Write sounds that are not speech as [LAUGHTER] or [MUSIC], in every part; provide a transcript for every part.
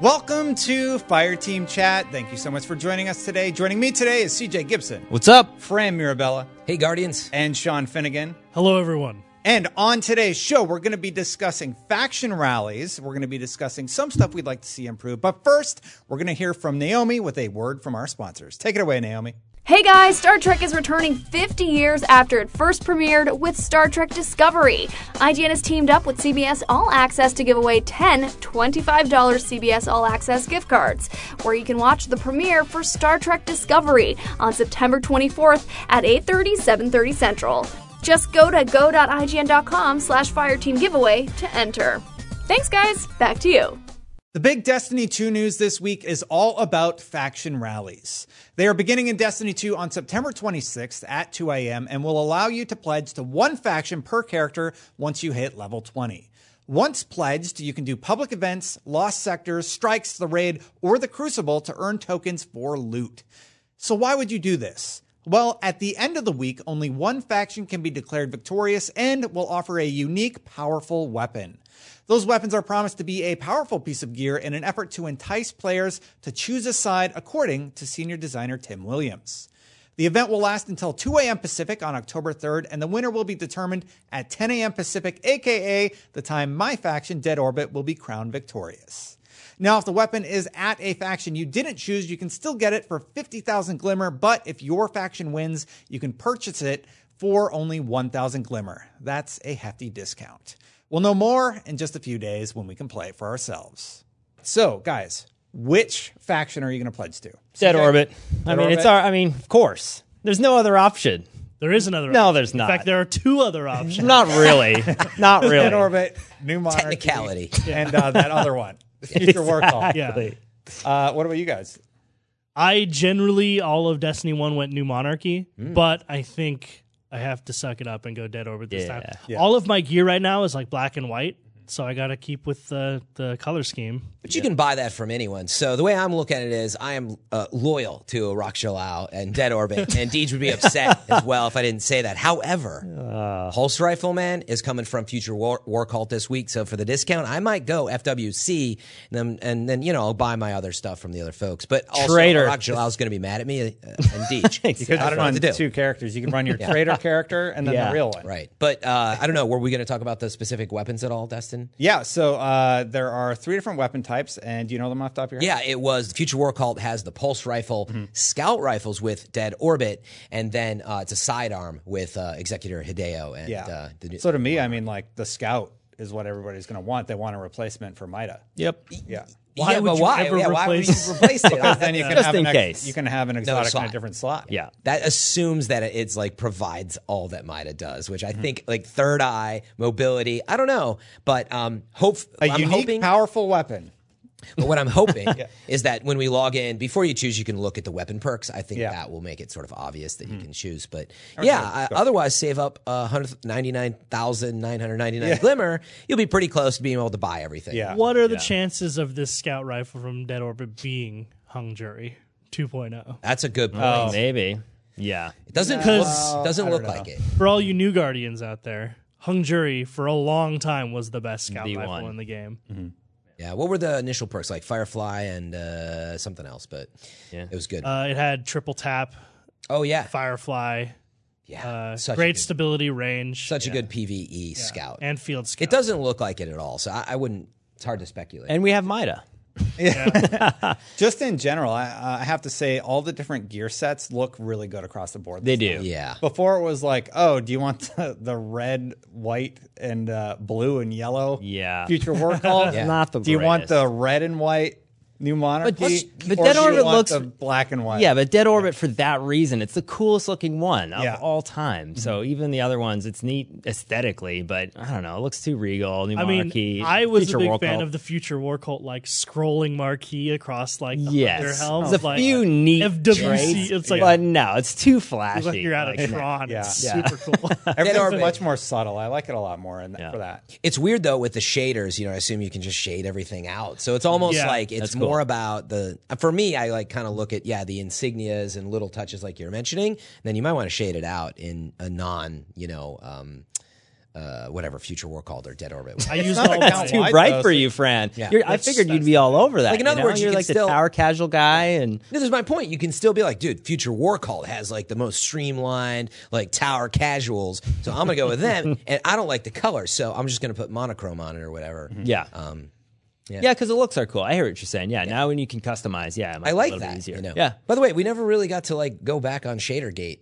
Welcome to Fire Team Chat. Thank you so much for joining us today. Joining me today is CJ Gibson, What's up? Fran Mirabella, Hey, Guardians. and Sean Finnegan. Hello, everyone. And on today's show, we're going to be discussing faction rallies. We're going to be discussing some stuff we'd like to see improve. But first, we're going to hear from Naomi with a word from our sponsors. Take it away, Naomi. Hey guys, Star Trek is returning 50 years after it first premiered with Star Trek Discovery. IGN has teamed up with CBS All Access to give away 10 $25 CBS All Access gift cards, where you can watch the premiere for Star Trek Discovery on September 24th at 8:30 7:30 Central. Just go to go.ign.com slash fireteamgiveaway to enter. Thanks guys, back to you. The big Destiny 2 news this week is all about faction rallies. They are beginning in Destiny 2 on September 26th at 2 a.m. and will allow you to pledge to one faction per character once you hit level 20. Once pledged, you can do public events, lost sectors, strikes, the raid, or the crucible to earn tokens for loot. So, why would you do this? Well, at the end of the week, only one faction can be declared victorious and will offer a unique, powerful weapon. Those weapons are promised to be a powerful piece of gear in an effort to entice players to choose a side, according to senior designer Tim Williams. The event will last until 2 a.m. Pacific on October 3rd, and the winner will be determined at 10 a.m. Pacific, aka the time my faction, Dead Orbit, will be crowned victorious. Now, if the weapon is at a faction you didn't choose, you can still get it for 50,000 Glimmer, but if your faction wins, you can purchase it for only 1,000 Glimmer. That's a hefty discount. We'll know more in just a few days when we can play for ourselves. So, guys, which faction are you going to pledge to? Dead Orbit. Dead I mean, Orbit. it's our, I mean, of course. There's no other option. There is another. No, option. there's not. In fact, there are two [LAUGHS] other options. Not really. Not really. Dead Orbit, New Monarchy, Technicality. [LAUGHS] and uh, that other [LAUGHS] one, Future War Call. yeah. Uh, what about you guys? I generally all of Destiny One went New Monarchy, Hmm. but I think I have to suck it up and go Dead Orbit this Yeah. time. All of my gear right now is like black and white, so I got to keep with the the color scheme. But you can buy that from anyone. So the way I'm looking at it is, I am uh, loyal to Raksha Lau and Dead [LAUGHS] Orbit, and Deej would be upset as well if I didn't say that. However, Pulse Rifleman is coming from Future War, War Cult this week, so for the discount, I might go FWC, and then, and then you know I'll buy my other stuff from the other folks. But also, Traitor. Raksha Lau's going to be mad at [LAUGHS] me uh, and Deej. You could I don't know run what to do. two characters. You can [LAUGHS] run your traitor character and then Yeah. the real one. Right, but uh, I don't know. Were we going to talk about the specific weapons at all, Dustin? Yeah, so uh, there are three different weapon types, and do you know them off the top of your head? Yeah, it was Future War Cult has the pulse rifle, Mm-hmm. scout rifles with Dead Orbit, and then uh, it's a sidearm with uh, Executor Hideo. And Yeah. uh, the, so to me, I mean, like the scout is what everybody's going to want. They want a replacement for Mida. Yep. Yeah. Why yeah, would but you why? ever yeah, why would you replace- replace [LAUGHS] it? Because then you can Just have an in ex- case. you can have an exotic in a slot. different slot. Yeah. [LAUGHS] that assumes that it's like provides all that Mida does, which Mm-hmm. I think like third eye mobility. I don't know, but um, hope a I'm unique, hoping powerful weapon. But what I'm hoping is that when we log in, before you choose, you can look at the weapon perks. I think Yeah. that will make it sort of obvious that you can choose. But yeah, I, otherwise, save up uh, 199,999 glimmer. You'll be pretty close to being able to buy everything. Ah, Yeah. What are the chances of this scout rifle from Dead Orbit being hung jury oh? 2.0? That's a good point. Oh, Maybe. Yeah. it doesn't look, 'Cause- doesn't look like it. For all you new guardians out there, hung jury for a long time was the best scout The rifle one. Mm-hmm. in the game. Yeah. What were the initial perks like? Firefly and uh, something else, but it was good. Uh, it had triple tap, oh yeah, firefly, yeah. uh, such great a good, stability range, such a good PVE scout. and field scout. it doesn't look like it at all. So I, I wouldn't. It's hard to speculate. And we have Mida. Just in general, I, I have to say all the different gear sets look really good across the board. They do. yeah. Before it was like, oh, do you want the, the red, white, and uh, blue and yellow? Yeah. Future [LAUGHS] war call. Yeah. Not the Do you want greatest. the red and white new monarchy? plus- but or Dead do you Orbit want looks- the black and white. Yeah, but Dead Orbit for that reason. It's the coolest looking one of Yeah. all time. So even the other ones, it's neat aesthetically, but I don't know. It looks too regal. New I Monarchy. mean, I was Future a big World fan Cult. of the future war cult, like scrolling marquee across like the, their Yes, helm. there's a like, few neat FWC. traits, It's like- but no, it's too flashy. It's like you're out of Like, Tron. Yeah. It's Yeah. super cool. [LAUGHS] Everything's Orbit. much more subtle. I like it a lot more in for that. It's weird though with the shaders, you know, I assume you can just shade everything out. So it's almost Yeah, like it's more about the for me I like kind of look at yeah, the insignias and little touches like you're mentioning, then you might want to shade it out in a non, you know, um uh, whatever Future War called or Dead Orbit. I used all That's too bright for you, Fran. You're, I figured you'd be all over that. Like, in you other know? words, you you're can like still- the tower casual guy, and No, [LAUGHS] this is my point. You can still be like, dude, Future War Call has like the most streamlined, like tower casuals. So I'm gonna go [LAUGHS] with them, and I don't like the color, so I'm just gonna put monochrome on it or whatever. yeah, Um, yeah, because the looks are cool. I hear what you're saying. Yeah, now when you can customize, yeah, it might I be like a little bit that. easier. You know. Yeah, By the way, we never really got to like go back on Shadergate.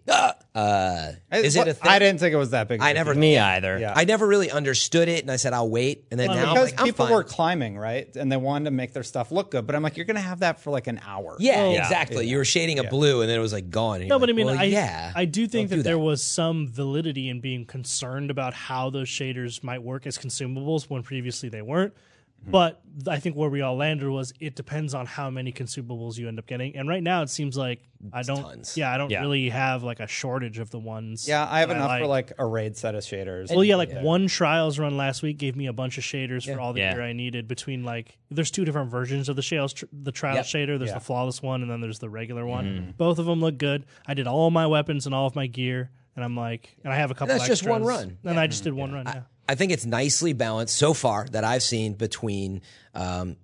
Uh, is it a thing? I didn't think it was that big. of I a never. me either. Yeah. I never really understood it, and I said I'll wait, and then deal. now I'm because like, I'm people fine. were climbing right, and they wanted to make their stuff look good. But I'm like, you're gonna have that for like an hour. Yeah, Yeah. exactly. You were shading a blue, and then it was like gone. and No, you're but I like, mean, well, I, yeah, I do think Don't that, do there was some validity in being concerned about how those shaders might work as consumables when previously they weren't. Mm-hmm. But th- I think where we all landed was it depends on how many consumables you end up getting. And right now, it seems like I don't. tons. Yeah, I don't Yeah. really have like a shortage of the ones. Yeah, I have that enough for like. like a raid set of shaders. Well, yeah, like one trials run last week gave me a bunch of shaders for all the Yeah. gear I needed. Between like, there's two different versions of the shales, tr- the trial Yep. shader. There's the flawless one, and then there's the regular one. Both of them look good. I did all my weapons and all of my gear, and I'm like, and I have a couple. that's just extras. one run. and I just did one run. Yeah. I think it's nicely balanced so far that I've seen between um,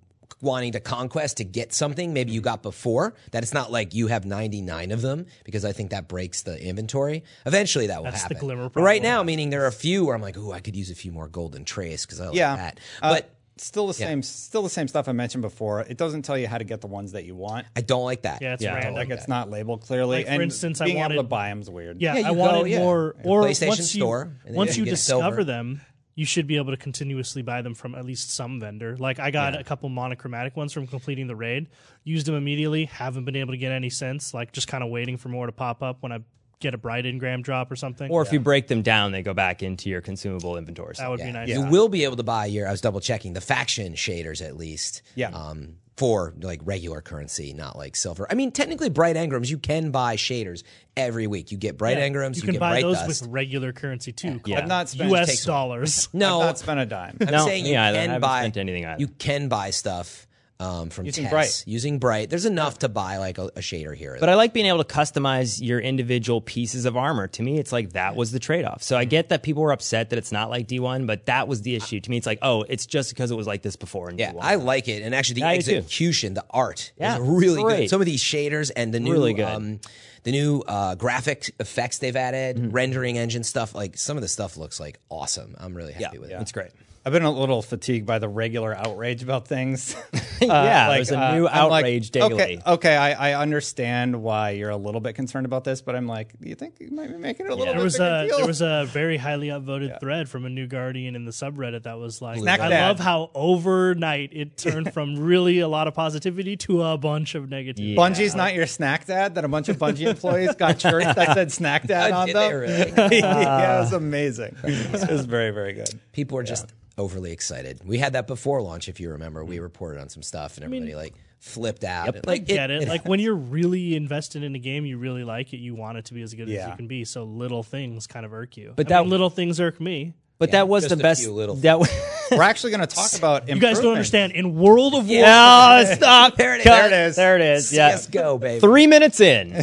wanting to conquest to get something maybe you got before that it's not like you have 99 of them because I think that breaks the inventory. Eventually that will That's the happen. glimmer But right problem. now, meaning there are a few where I'm like, ooh, I could use a few more golden trace because I like yeah, that. Uh, But still the same, still the same stuff I mentioned before. It doesn't tell you how to get the ones that you want. I don't like that. Yeah, it's Yeah, I random. Like it's not labeled clearly. Like, for and instance, I being able to wanted- buy them's weird. Yeah, Yeah, I you wanted go- yeah. more. Yeah. Or PlayStation once you, store, and then once you you, get discover silver. them, you should be able to continuously buy them from at least some vendor. Like I got a couple monochromatic ones from completing the raid, used them immediately. Haven't been able to get any since. Like just kind of waiting for more to pop up when I get a bright ingram drop or something. Or if you break them down, they go back into your consumable inventory. that would be nice. You will be able to buy your. I was double checking the faction shaders at least. Yeah. Um, for like regular currency, not like silver. I mean, technically, bright engrams you can buy shaders every week. You get bright engrams. You You, can get buy bright those dust. with regular currency too. Yeah. I've not spent U.S. dollars. no, I've [LAUGHS] not spent a dime. I'm No, saying you me either. I can haven't buy spent anything either. You can buy stuff um, from Using Tess. Bright. Using bright, there's enough to buy like a, a shader here. or But I like being able to customize your individual pieces of armor. To me, it's like that was the trade off. So Mm-hmm. I get that people were upset that it's not like D1, but that was the issue. To me, it's like, oh, it's just because it was like this before. In Yeah, D1. I like it, and actually the Yeah, I do too. execution, the art Yeah, is really good. great. Some of these shaders and the new, Really good. Um, the new uh, graphic effects they've added, rendering engine stuff. Like some of the stuff looks like awesome. I'm really happy with it. It's great. I've been a little fatigued by the regular outrage about things. [LAUGHS] [LAUGHS] yeah, like, there's a uh, new I'm like, outrage daily. Okay, okay I, I understand why you're a little bit concerned about this, but I'm like, you think you might be making it a little There bit was bigger a deal? there was a very highly upvoted thread from a new guardian in the subreddit that was like, Snack I that. love how overnight [LAUGHS] it turned from really a lot of positivity to a bunch of negativity. Bungie's not your snack dad. That a bunch of Bungie employees [LAUGHS] got shirts that said snack dad on Did them. they really? [LAUGHS] yeah, it was amazing. it was very very good. People are just overly excited. We had that before launch, if you remember. We reported on some stuff, and everybody like flipped out. Like Get [LAUGHS] it? Like when you're really invested in a game, you really like it, you want it to be as good as Yeah. you can be. So little things kind of irk you. But I mean, that- little things irk me. But that was just the a best. few little that was. We're actually going to talk about You guys don't understand. In World of War, oh, stop. There it is. Cut. There it is. There it is. [LAUGHS] Yeah. yes, go baby. Three minutes in.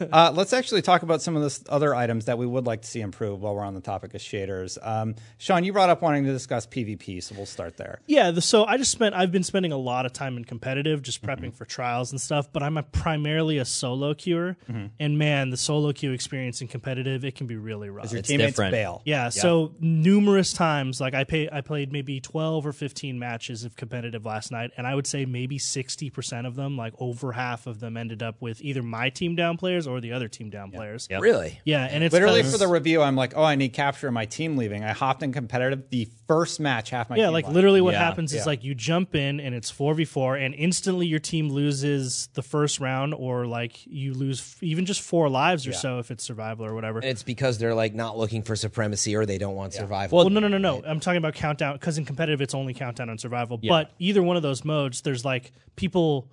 Uh, let's actually talk about some of the other items that we would like to see improve while we're on the topic of shaders. Um, Sean, you brought up wanting to discuss PvP, so we'll start there. Yeah, the, so I just spent I've been spending a lot of time in competitive, just prepping for trials and stuff. But I'm a, primarily a solo queuer, and man, the solo queue experience in competitive it can be really rough. Your teammates different. bail. Yeah, so numerous times, like I pay, I played maybe twelve or fifteen matches of competitive last night, and I would say maybe sixty percent of them, like over half of them, ended up with either my team down players or the other team down players. Yeah, Really? and it's Literally 'cause- for the review, I'm like, oh, I need capture and my team leaving. I hopped in competitive the first match, half my Yeah, team like left. literally what Yeah. happens is like you jump in and it's 4v4 and instantly your team loses the first round or like you lose f- even just four lives or so if it's survival or whatever. And it's because they're like not looking for supremacy or they don't want survival. Well, no, no, no, no. I'm talking about countdown because in competitive it's only countdown and survival. But either one of those modes, there's like people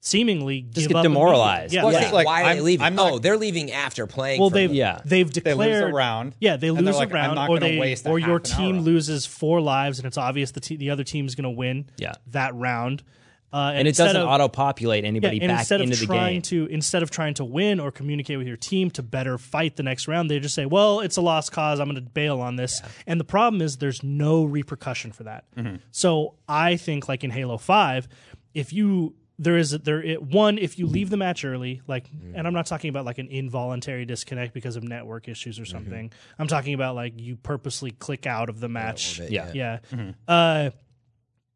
seemingly just get demoralized. Yeah, Well, yeah. it's Like, why are they I'm- leaving? I'm not- oh, they're leaving after playing. Well, for they've them. Yeah. they've They lose declared a round, Yeah, they and they're lose like, a "I'm round, not or gonna they waste a or your half an hour team on loses four lives, and it's obvious the te- the other team's going to win. Yeah. that round. Uh, and it instead doesn't of- auto populate yeah, anybody and back instead into of the trying game. to instead of trying to win or communicate with your team to better fight the next round, they just say, "Well, it's a lost cause. I'm going to bail on this." And the problem is, there's no repercussion for that. Mm-hmm. So I think, like in Halo Five, if you there is there it, one if you leave the match early, like, Mm-hmm. and I'm not talking about like an involuntary disconnect because of network issues or Mm-hmm. something. I'm talking about like you purposely click out of the match. bit, Yeah. Mm-hmm. yeah. Uh,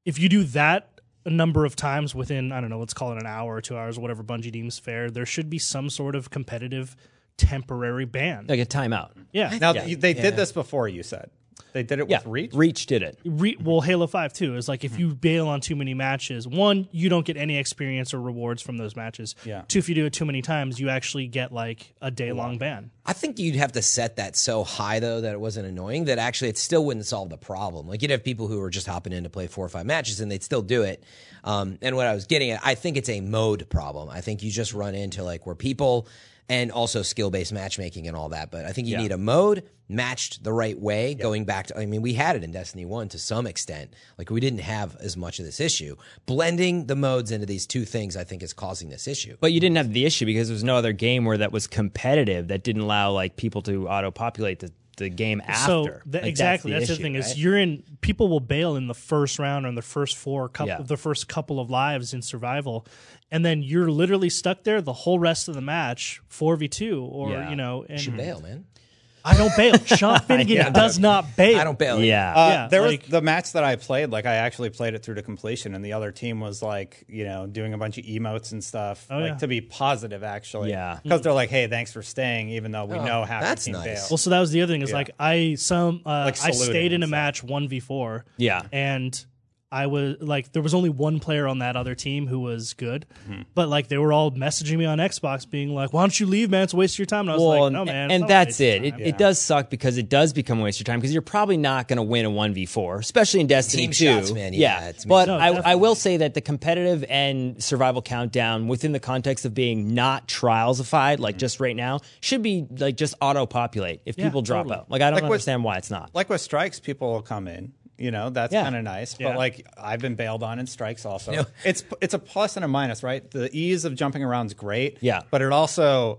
if you do that a number of times within, I don't know, let's call it an hour or two hours, whatever Bungie deems fair, there should be some sort of competitive temporary ban. Like a timeout. yeah. Now you- they did this before. You said they did it Yeah. with Reach. Reach did it. Re- well, Halo 5 too is like if you bail on too many matches, one, you don't get any experience or rewards from those matches. Yeah. Two, if you do it too many times, you actually get like a day long ban. I think you'd have to set that so high though that it wasn't annoying that actually it still wouldn't solve the problem. Like you'd have people who were just hopping in to play four or five matches and they'd still do it. Um, and what I was getting at, I think it's a mode problem. I think you just run into like where people and also skill based matchmaking and all that. But I think you need a mode matched the right way. Going back to, I mean, we had it in Destiny One to some extent. Like we didn't have as much of this issue. Blending the modes into these two things, I think, is causing this issue. But you didn't have the issue because there was no other game where that was competitive that didn't allow like people to auto populate the, the game after. So Like, tha- exactly, that's the, issue, thing is right? you're in. People will bail in the first round or in the first four couple, Yeah. the first couple of lives in survival, and then you're literally stuck there the whole rest of the match, four v two, or Yeah. you know. And Bail, man. I don't bail. [LAUGHS] Sean Finnegan does not bail. I don't bail. yeah. Uh, Yeah, [LAUGHS] there like- was the match that I played. Like I actually played it through to completion, and the other team was like, you know, doing a bunch of emotes and stuff. like Oh, yeah. to be positive, actually. Yeah. because they're like, hey, thanks for staying, even though we know half Oh, that's the team nice. bailed. Well, so that was the other thing is like I some uh, Like I saluting stayed in and a stuff. match one v four. Yeah. and I was like, there was only one player on that other team who was good, Mm-hmm. but like they were all messaging me on Xbox, being like, "Why don't you leave, man? It's a waste of your time." And I was like, and- "No, man." it's and not a that's waste of it. time." It, it does suck because it does become a waste of time because you're probably not going to win a one v four, especially in Destiny Team two. shots, man, yeah, it's- but I, No, I definitely. will say that the competitive and survival countdown within the context of being not trialsified, like just right now, should be like just auto populate if Mm. Yeah, people drop totally. out. Like I don't Like what- understand why it's not. like with strikes, people will come in. You know, that's Yeah. kind of nice. But Yeah. like I've been bailed on in strikes also. [LAUGHS] It's it's a plus and a minus, right? The ease of jumping around is great. Yeah. But it also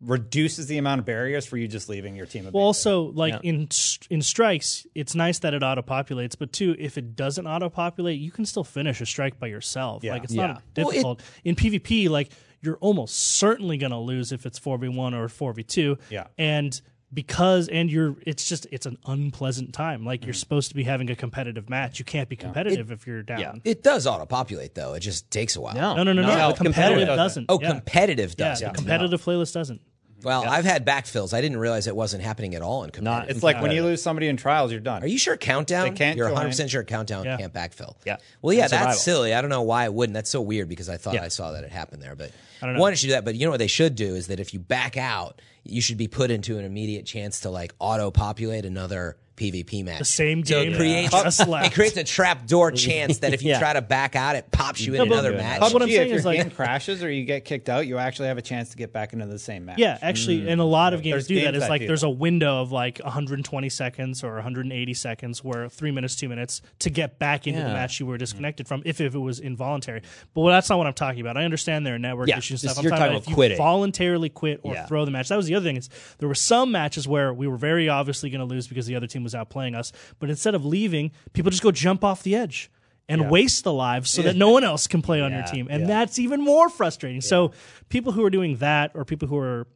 reduces the amount of barriers for you just leaving your team. Well, abandoned. also like in st- in strikes, it's nice that it auto populates, but two, if it doesn't auto populate, you can still finish a strike by yourself. Like it's not Yeah. Well, it- difficult in PvP. Like you're almost certainly going to lose if it's four v one or four v two. Yeah. and because and you're it's just it's an unpleasant time. Like you're supposed to be having a competitive match. You can't be competitive if you're down. yeah. It does auto populate though. It just takes a while. No, no, no, no. Yeah, the with competitive competitive doesn't. Oh, yeah. competitive Yeah, does. the competitive playlist doesn't. Well, I've had backfills. I didn't realize it wasn't happening at all in competitive. it's like when you lose somebody in trials, you're done. Are you sure countdown? They can't You're join. 100 percent sure countdown Yeah. can't backfill. Yeah. Well, yeah, And survival. that's silly. I don't know why it wouldn't. That's so weird because I thought I saw that it happened there, but I don't know. one it should do that. But you know what they should do is that if you back out, you should be put into an immediate chance to like auto populate another PvP match. The same So game it creates just it left. creates a trapdoor chance that if [LAUGHS] you Yeah. try to back out, it pops you in but- another Yeah. match. But what I'm Gee, if saying your is, like- hand crashes or you get kicked out, you actually have a chance to get back into the same match. Yeah, actually, and a lot of games Mm. There's do games that. It's that like do there's that. a window of like 120 seconds or 180 seconds, where three minutes, two minutes to get back into the Yeah. match you were disconnected from, if, if it was involuntary. But well, that's not what I'm talking about. I understand there are network Yeah, issues and just stuff. you're I'm talking, talking about about if quitting. you voluntarily quit or Yeah. throw the match. That was the other thing. Is there were some matches where we were very obviously going to lose because the other team was outplaying us. But instead of leaving, people just go jump off the edge. And waste the lives so that no one else can play on your Yeah. team. And that's even more frustrating. So people who are doing that or people who are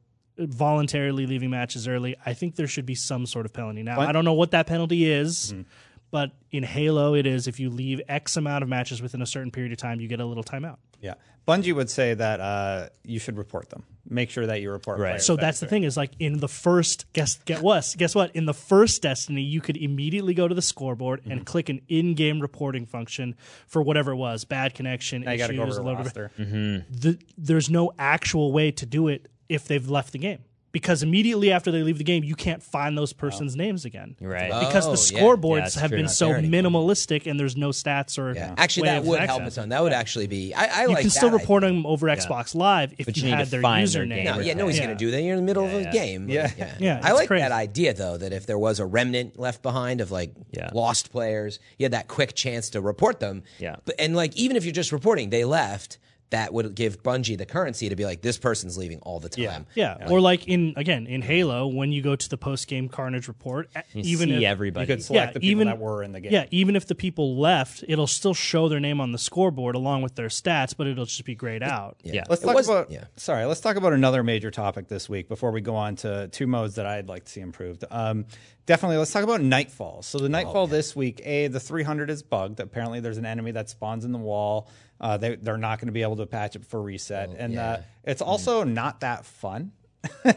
voluntarily leaving matches early, I think there should be some sort of penalty. Now, I don't know what that penalty is, Mm-hmm. but in Halo it is if you leave X amount of matches within a certain period of time, you get a little timeout. Yeah. Bungie would say that uh, you should report them. Make sure that you report. Right. So that's the thing is like in the first guess get what guess what in the first Destiny you could immediately go to the scoreboard Mm-hmm. and click an in-game reporting function for whatever it was bad connection I got to issues go over the a Mm-hmm. little bit- roster. the, there's no actual way to do it if they've left the game. because immediately after they leave the game, you can't find those persons' names again. Right. Because Oh, the yeah. Yeah, scoreboards it's have true, been not so there anymore. minimalistic and there's no stats or Yeah. Actually, way that of would help us accessing. on. That would actually be. I, I You like can still that report them over Xbox Live if But you, you need had to their find their username. game. No, yeah, no one's Yeah. going to do that. You're in the middle of a yeah. game. Yeah. Yeah. Yeah, I it's like crazy. that idea, though, that if there was a remnant left behind of like Yeah. lost players, you had that quick chance to report them. Yeah. But, and like, even if you're just reporting, they left, that would give Bungie the currency to be like, this person's leaving all the time. Yeah. Yeah. or like in again in Halo, when you go to the post game Carnage report, a- You even see if, everybody. You could select the people even- that were in the game. Yeah, even if the people left, it'll still show their name on the scoreboard along with their stats, but it'll just be grayed out. yeah. Let's It talk was- about yeah. sorry. Let's talk about another major topic this week before we go on to two modes that I'd like to see improved. Um, definitely, let's talk about Nightfall. So the Oh, Nightfall this week, a the 300 is bugged. Apparently, there's an enemy that spawns in the wall. Uh, they they're not going to be able to patch it for reset, Oh, and uh, it's Mm-hmm. also not that fun.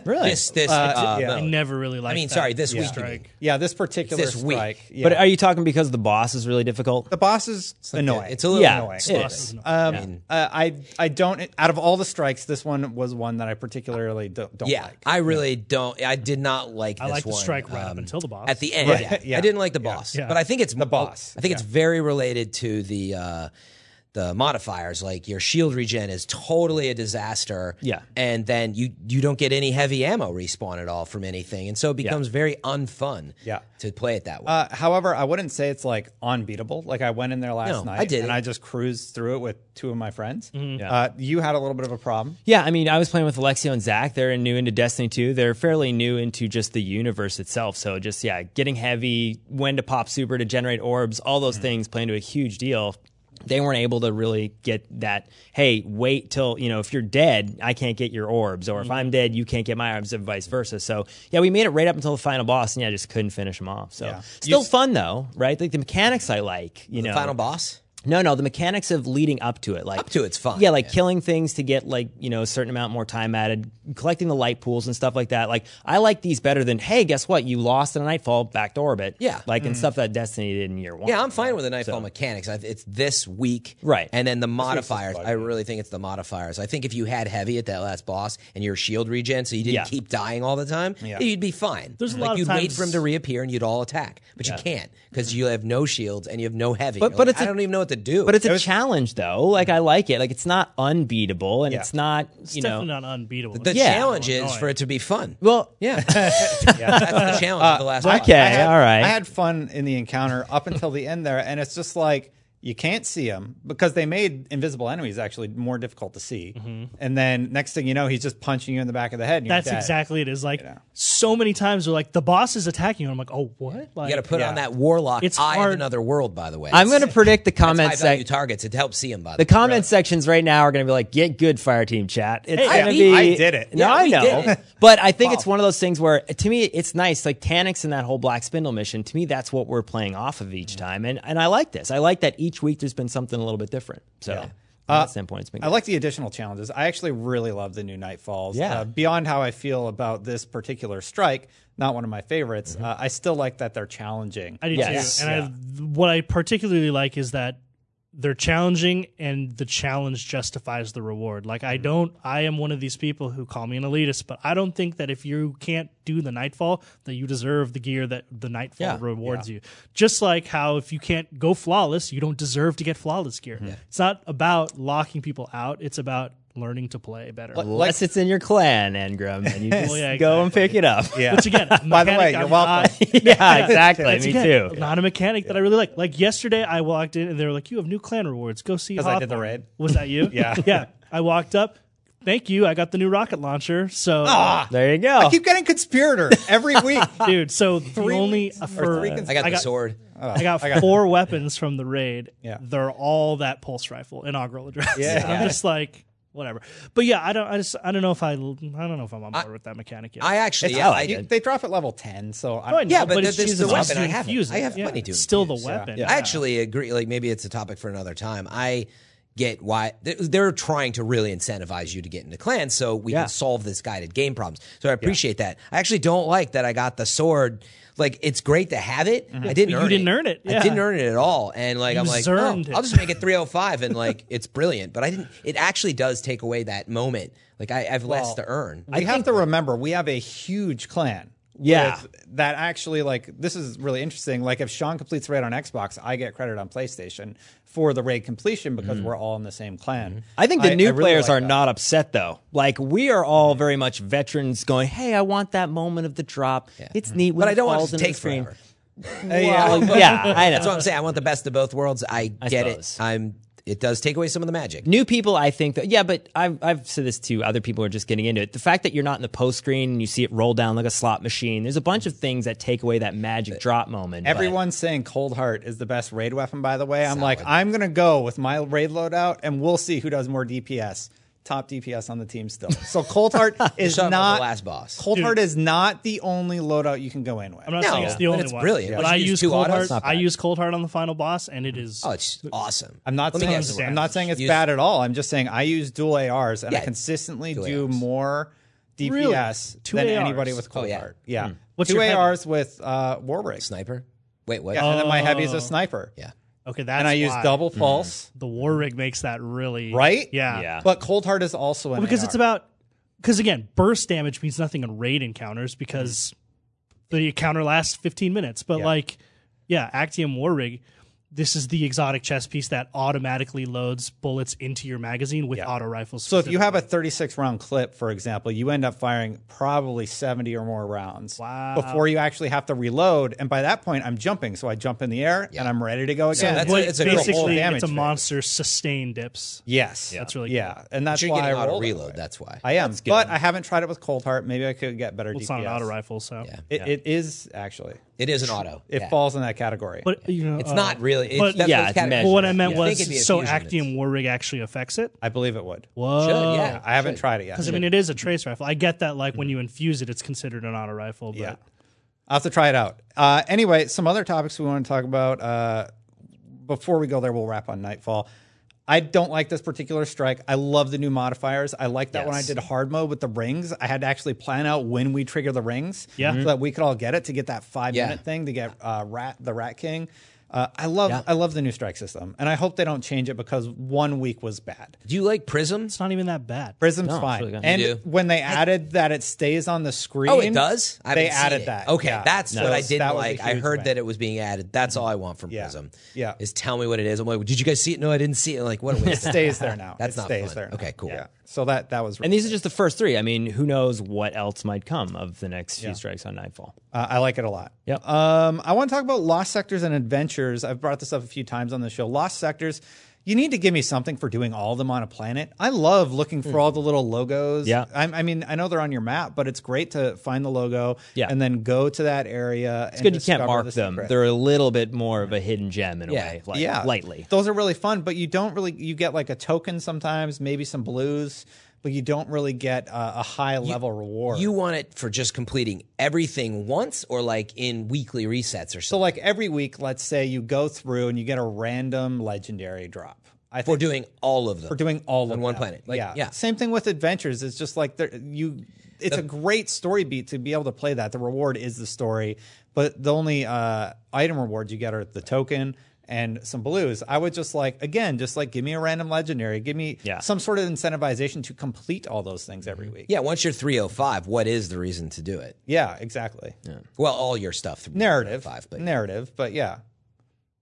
Really? This, this, uh, yeah. mode. I never really I liked. mean, that sorry, this week. you strike. mean. Yeah, this particular It's this week. strike. Yeah. But are you talking because the boss is really difficult? the boss is annoying. It's a little Yeah. annoying. It's Yeah. Bosses, no. Um, uh, I I don't. Out of all the strikes, this one was one that I particularly do, don't Yeah, like. I really don't. I did not like. I this like the one. um, strike right up until the boss. at the end. Right. Yeah. Yeah. I didn't like the boss, Yeah. but I think it's the boss. I think it's very related to the uh, the modifiers. Like your shield regen is totally a disaster. Yeah. and then you you don't get any heavy ammo respawn at all from anything, and so it becomes very unfun. Yeah. to play it that way. Uh, however, I wouldn't say it's like unbeatable. Like I went in there last No, night I did and it. Mm-hmm. I just cruised through it with two of my friends. Uh, you had a little bit of a problem. Yeah, I mean, I was playing with Alexio and Zach. They're new into Destiny 2. They're fairly new into just the universe itself. So, just, yeah, getting heavy, when to pop super to generate orbs, all those things play into a huge deal. They weren't able to really get that, hey, wait till, you know, if you're dead, I can't get your orbs. Or if I'm dead, you can't get my orbs, and vice versa. So, yeah, we made it right up until the final boss, and yeah, I just couldn't finish them off. So, still fun, though, right? Like the mechanics I like, you know. Final boss. No, no, the mechanics of leading up to it, like Up to it's fun, Yeah, like yeah. killing things to get like you know a certain amount more time added, collecting the light pools and stuff like that. Like I like these better than hey, guess what? You lost in a nightfall, back to orbit. Yeah. like and stuff that Destiny did in year one. Yeah, I'm fine with the nightfall mechanics. I, it's this week, Right. And then the modifiers. I really think it's the modifiers. I think if you had heavy at that last boss and your shield regen, so you didn't Yeah. keep dying all the time, you'd be fine. There's a like lot of you'd wait times- for him to reappear and you'd all attack, but you can't because you have no shields and you have no heavy. But, but like, it's I a- don't even know what to do. But it's a Mm. challenge though. Like I like it. Like it's not unbeatable and it's not you it's know. definitely not unbeatable. the yeah. challenge is Annoying. for it to be fun. Well, yeah, that's the challenge of the last. boss. okay, all right. I had fun in the encounter up until the end there, and it's just like you can't see him because they made invisible enemies actually more difficult to see. Mm-hmm. And then next thing you know, he's just punching you in the back of the head. And you're That's dead. exactly it. Is like so many times they're like the boss is attacking you. And I'm like, oh what? Like, You got to put on Yeah. that warlock It's eye of hard- another world. By the way, I'm going to predict the comment high value section. targets. It helps see him. By the The way. comment sections right now are going to be like, "Get good, fire team chat." It's Hey, gonna I- be, I did it. No, Yeah, I we did know, it. but I think it's one of those things where, to me, it's nice. Like Tanix and that whole Black Spindle mission. To me, that's what we're playing off of each time, and and I like this. I like that each week there's been something a little bit different. So from that standpoint, it's been. I like the additional challenges. I actually really love the new Nightfalls. Yeah. Uh, beyond how I feel about this particular strike, not one of my favorites, Mm-hmm. uh, I still like that they're challenging. I do Yes. too. And I, what I particularly like is that they're challenging and the challenge justifies the reward. Like Mm-hmm. I don't I am one of these people who call me an elitist, but I don't think that if you can't do the nightfall that you deserve the gear that the nightfall Yeah. rewards you. Just like how if you can't go flawless, you don't deserve to get flawless gear. It's not about locking people out, it's about learning to play better. Unless it's in your clan, Engram, and you just Well, yeah, go and pick it up. Yeah, Which again, [LAUGHS] By the way, mechanic, you're I'm welcome. [LAUGHS] not- yeah, exactly. That's me again, too. Not a mechanic that I really like. Like yesterday, I walked in and they were like, "You have new clan rewards. Go see." 'Cause Because I did the raid. Was that [LAUGHS] you? Yeah. [LAUGHS] yeah. I walked up. Thank you. I got the new rocket launcher. So, Ah! There you go. I keep getting conspirator [LAUGHS] every week. dude. So the only weeks? uh, for three cons- I got I the got- Oh. sword. [LAUGHS] I got four weapons from the raid. Yeah. They're all that pulse rifle inaugural address. Yeah. [LAUGHS] I'm just like whatever. But yeah, I don't. I just I don't know if I. I don't know if I'm on board with that mechanic yet. I actually, It's- yeah, I, you- they drop at level 10, Oh, so I, No, I know, yeah, but it's the- this- just the as weapon, easy I to have it. infuse I have yeah, plenty to it's Still the infuse, yeah. weapon. Yeah. I actually agree. Like maybe it's a topic for another time. I get why they- they're trying to really incentivize you to get into clans so we Yeah. can solve this guided game problems. So I appreciate that. I actually don't like that I got the sword. Like it's great to have it. I didn't. But you earn didn't it. earn it. I didn't Yeah. earn it at all. And like You I'm like, oh, zerned it. I'll just make it 305, and like it's brilliant. But I didn't. It actually does take away that moment. Like I, I have less to earn. I have to remember we have a huge clan. Yeah. with- that actually like this is really interesting. Like if Sean completes raid on Xbox, I get credit on PlayStation for the raid completion because we're all in the same clan. Mm-hmm. I think the new I really players like are that. not upset though. Like we are all very much veterans going, "Hey, I want that moment of the drop. It's neat." When but it I don't want falls it to into the take screen. [LAUGHS] forever. Well, [LAUGHS] yeah. I know. [LAUGHS] That's what I'm saying. I want the best of both worlds. I, get suppose. it. I'm. It does take away some of the magic. New people, I think that yeah, but I've I've said this to other people who are just getting into it. The fact that you're not in the post screen and you see it roll down like a slot machine, there's a bunch of things that take away that magic drop moment. but- Everyone's saying Cold Heart is the best raid weapon, by the way. I'm like, I'm going to go with my raid loadout and we'll see who does more DPS. Top DPS on the team [LAUGHS] still. So Cold Heart is Shut up with the not last boss. Cold Heart is not the only loadout you can go in with. I'm not No, saying it's the but only it's one. brilliant. But Yeah. I Just use two cold autos, heart. it's not I bad. use cold heart on the final boss, and it is Oh, it's awesome. I'm not Let me saying guess. I'm not saying it's Use- bad at all. I'm just saying I use dual ARs and I Yeah, consistently dual do ARs. more DPS Two than ARs. anybody with Cold Oh, yeah. Hmm. Heart. Yeah, What's two your heavy? ARs with uh, Warbreak. [LAUGHS] Sniper. Wait, what? Yeah, and then my heavy is a sniper. Yeah. Hmm. okay. Oh. That's and I use why. double pulse. The war rig makes that really Right? Yeah, Yeah. But Cold Heart is also an Well, because AR. it's about because again, burst damage means nothing on raid encounters because Mm-hmm. the encounter lasts 15 minutes. But like, yeah, Actium War Rig, this is the exotic chess piece that automatically loads bullets into your magazine with auto rifles. So if you have a 36 round clip, for example, you end up firing probably 70 or more rounds before you actually have to reload. And by that point, I'm jumping, so I jump in the air and I'm ready to go again. that's- Well, it's a good whole basically, damage it's a phase. monster sustain dips. yes, That's really yeah, and that's You're why getting I auto rolled it. reload. That's why. I am, but I haven't tried it with Cold Heart. Maybe I could get better Well, DPS. it's not an auto rifle, so It, it is actually. it is an auto. It Yeah. falls in that category. But you know, It's uh, not really. It's, but- that's Yeah, what it's kinda- measured. But what I meant Yeah. Think it'd be was, a so fusion. Actium War Rig actually affects it. I believe it would. Whoa. Should, yeah. I haven't tried it yet. Because I mean, it is a trace rifle. I get that, like when you infuse it, it's considered an auto rifle. But Yeah. I'll have to try it out. Uh, anyway, some other topics we want to talk about. Uh, before we go there, we'll wrap on Nightfall. I don't like this particular strike. I love the new modifiers. I like that when I Yes. did hard mode with the rings, I had to actually plan out when we trigger the rings Yeah. so that we could all get it to get that five Yeah. minute thing to get uh, rat the rat king. Uh, I love I love the new strike system, and I hope they don't change it because one week was bad. Do you like Prism? it's not even that bad. Prism's it's fine, really good. and You do? when they added that it stays on the screen, Oh, it does. I haven't they seen added it. that. Okay, Yeah. that's So what I didn't that was a like. I huge heard win. Mm-hmm. that it was being added. That's all I want from Yeah. Prism. Yeah. is tell me what it is. I'm like, did you guys see it? No, I didn't see it. Like, what a [LAUGHS] waste. It stays there now. [LAUGHS] That's it not stays fun. there. Now. Okay, cool. Yeah. So that that was. and these are just the first three. I mean, who knows what else might come of the next few strikes on Nightfall? uh, I like it a lot. Yep. Um, I want to talk about Lost Sectors and Adventures. I've brought this up a few times on the show. Lost Sectors. You need to give me something for doing all of them on a planet. I love looking for all the little logos. Hmm. Yeah. I, I mean, I know they're on your map, but it's great to find the logo Yeah. and then go to that area. It's good you can't mark them. They're a little bit more of a hidden gem in a Yeah. way, like, yeah, lightly. Those are really fun, but you don't really you get like a token sometimes, maybe some blues, but you don't really get uh, a high level reward. You want it for just completing everything once, or like in weekly resets or something. So like every week, let's say you go through and you get a random legendary drop. I for think doing all of them. we're doing all of on one them. planet. Like, yeah. yeah. Same thing with adventures. It's just like there you. It's a great story beat to be able to play that. The reward is the story, but the only uh, item rewards you get are the token and some blues. I would just like again, just like give me a random legendary, give me Yeah. some sort of incentivization to complete all those things every week. Yeah, once you're 305, what is the reason to do it? yeah, exactly. Well, all your stuff. through Narrative, 305, but narrative, but yeah.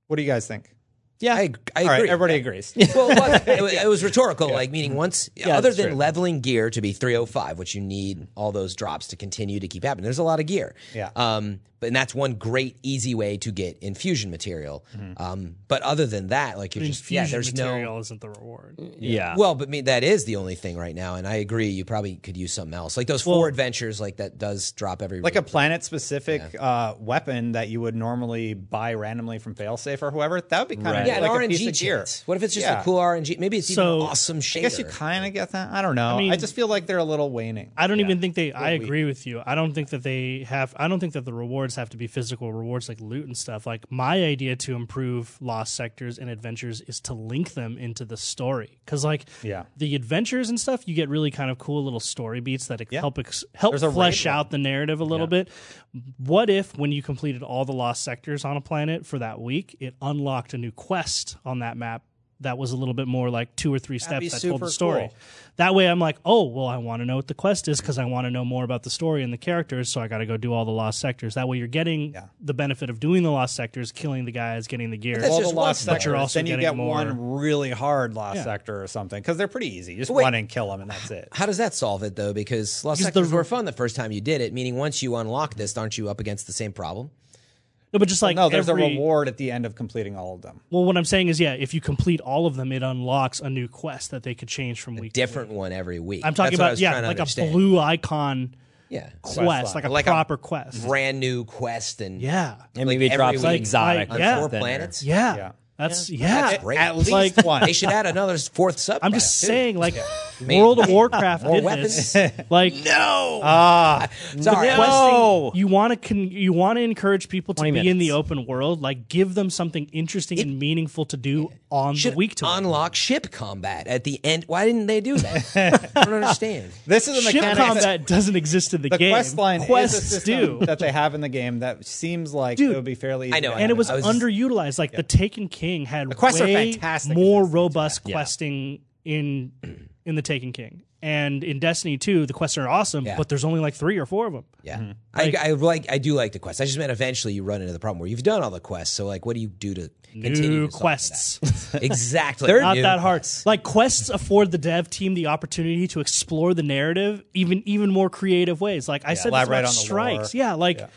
What do you guys think? yeah, I, I All right, agree. everybody agrees. [LAUGHS] well, it [LAUGHS] was, it was, it was rhetorical. Like meaning once, other than leveling gear to be 305, which you need all those drops to continue to keep happening. There's a lot of gear. Yeah. Um, but and that's one great easy way to get infusion material. Mm-hmm. Um, but other than that, like you're just yeah, Infusion there's material no. isn't the reward. yeah. Well, but I mean that is the only thing right now, and I agree. You probably could use something else, like those four adventures, like that does drop every like a planet specific uh, weapon that you would normally buy randomly from failsafe or whoever. That would be kind of Right. yeah, like an a piece RNG of gear. chance. What if it's just Yeah. a cool RNG? Maybe it's even So- an awesome shader. I guess you kind of get that. I don't know. I, mean- just feel like they're a little waning. I don't even think they. I agree with you. I don't think that they have. I don't think that the rewards just have to be physical rewards like loot and stuff. Like my idea to improve lost sectors and adventures is to link them into the story because like Yeah. the adventures and stuff you get really kind of cool little story beats that help ex- help There's a flesh raid one. out the narrative a little bit. What if when you completed all the lost sectors on a planet for that week, it unlocked a new quest on that map? That was a little bit more like two or three be steps that told super the story. cool. That way, I'm like, oh, well, I want to know what the quest is because I want to know more about the story and the characters. So I got to go do all the lost sectors. That way, you're getting the benefit of doing the lost sectors, killing the guys, getting the gear. all just the lost one part. sectors. But you're also then you getting get more- one really hard lost Yeah. sector or something because they're pretty easy. You just Wait. run and kill them, and that's it. How does that solve it though? Because lost Because sectors the- were fun the first time you did it. Meaning, once you unlock this, aren't you up against the same problem? No, but just like no, there's a every- reward at the end of completing all of them. Well, what I'm saying is, yeah, if you complete all of them, it unlocks a new quest that they could change from week. to week. Different one every week. I'm talking That's what I about was yeah, trying to like understand. a blue icon yeah, quest, like a Like a proper quest. brand new quest and yeah, And Like maybe it every drops an week. exotic. Like, on or yeah. four something, or- planets. yeah, Yeah. that's yeah. That's great. At least Like- one. They should add another fourth sub. I'm just saying, like World of Warcraft More did [LAUGHS] this. Like No. Ah, Sorry. questing- No. you want to con- you want to encourage people to be 20 in the minutes. open world. Like give them something interesting and meaningful to do on the Should week to week. unlock ship combat at the end. Why didn't they do [LAUGHS] that? I don't understand. this is a Ship mechanic. that- combat doesn't exist in the, the game. quest line Quests is a do. system that they have in the game that seems like Dude, it would be fairly. I easy know, to I and it have. was I was just- underutilized. Like the Taken King had quests are way fantastic in more Destiny 2, robust questing in in the Taken King, and in Destiny 2, the quests are awesome, Yeah. but there's only like three or four of them. Yeah, Hmm. I, I like. I do like the quest. I just meant eventually you run into the problem where you've done all the quests. So like, what do you do to continue New to solve quests. that? [LAUGHS] Exactly. Not New that hard. quests. Like quests afford the dev team the opportunity to explore the narrative even even more creative ways. Like I said, this elaborate about on the strikes. lore. Yeah, like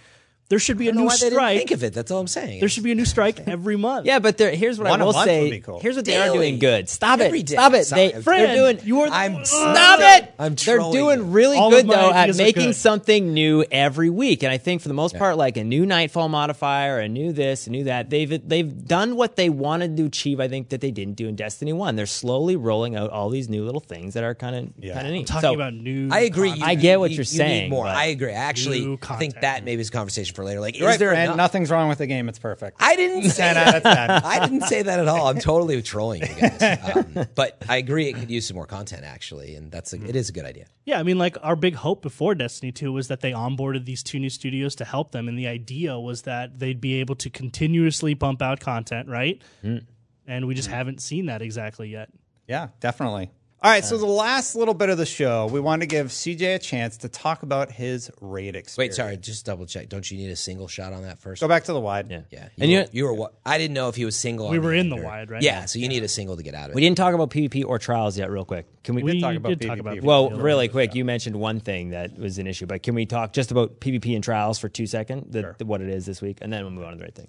there should be a I don't know new why they didn't strike. think of it. That's all I'm saying. There should be a new strike every month. Yeah, but there, here's what One I a will month say. would be cool. Here's what they are Daily. doing good. Stop Every it. day. Stop it. Sorry, They, I'm- they're doing. you are. [LAUGHS] I'm Stop it! I'm They're trolling doing you. really All of good my though at ideas are making good. something new every week, and I think for the most part, like a new Nightfall modifier, a new this, a new that. They've they've done what they wanted to achieve. I think that they didn't do in Destiny One. They're slowly rolling out all these new little things that are kind of kind of neat. talking so, about new. I agree. content. You, I get what you- you're you Need saying, more. but- I agree. I actually New think content. that maybe is a conversation for later. Like, is You're right, there Fran, enough? nothing's wrong with the game. It's perfect. I didn't say Ten out that. of ten. [LAUGHS] I didn't say that at all. I'm totally trolling you guys. Um, but I agree. It could use some more content actually, and that's a, it is a good idea. Yeah, I mean, like our big hope before Destiny 2 was that they onboarded these two new studios to help them. And the idea was that they'd be able to continuously pump out content, right? And we just haven't seen that exactly yet. Yeah, definitely. All right, so the last little bit of the show, we want to give CJ a chance to talk about his raid Wait, experience. sorry. Just double check. Don't you need a single shot on that first? Go back to the wide. yeah. Yeah, you and you, were, you were. wa- I didn't know if he was single. We on were in the end or- wide, right? Yeah, so you need a single to get out of it. we didn't talk about PvP or trials yet. Real quick, can we? We talk about did PvP. talk about Well, PvP. really quick, you mentioned one thing that was an issue, but can we talk just about PvP and trials for two seconds, the, the- what it is this week, and then we'll move on to the right thing.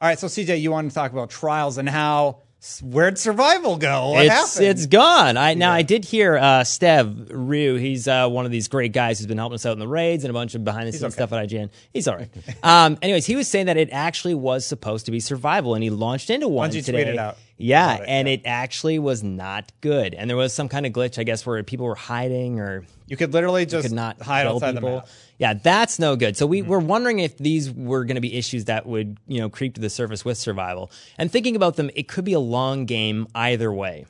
All right, so CJ, you want to talk about trials and how where'd survival go? What it's happened? it's gone. I now I did hear uh, Stev Rue. He's uh, one of these great guys who's been helping us out in the raids and a bunch of behind the scenes stuff at IGN. He's all right. um, anyways, he was saying that it actually was supposed to be survival, and he launched into one Once you today. tweeted out Yeah, about it, and it actually was not good, and there was some kind of glitch, I guess, where people were hiding or you could literally just could not hide kill outside people. the map. Mm-hmm. Yeah, that's no good. So we we're wondering if these were going to be issues that would you know creep to the surface with survival. And thinking about them, it could be a long game either way.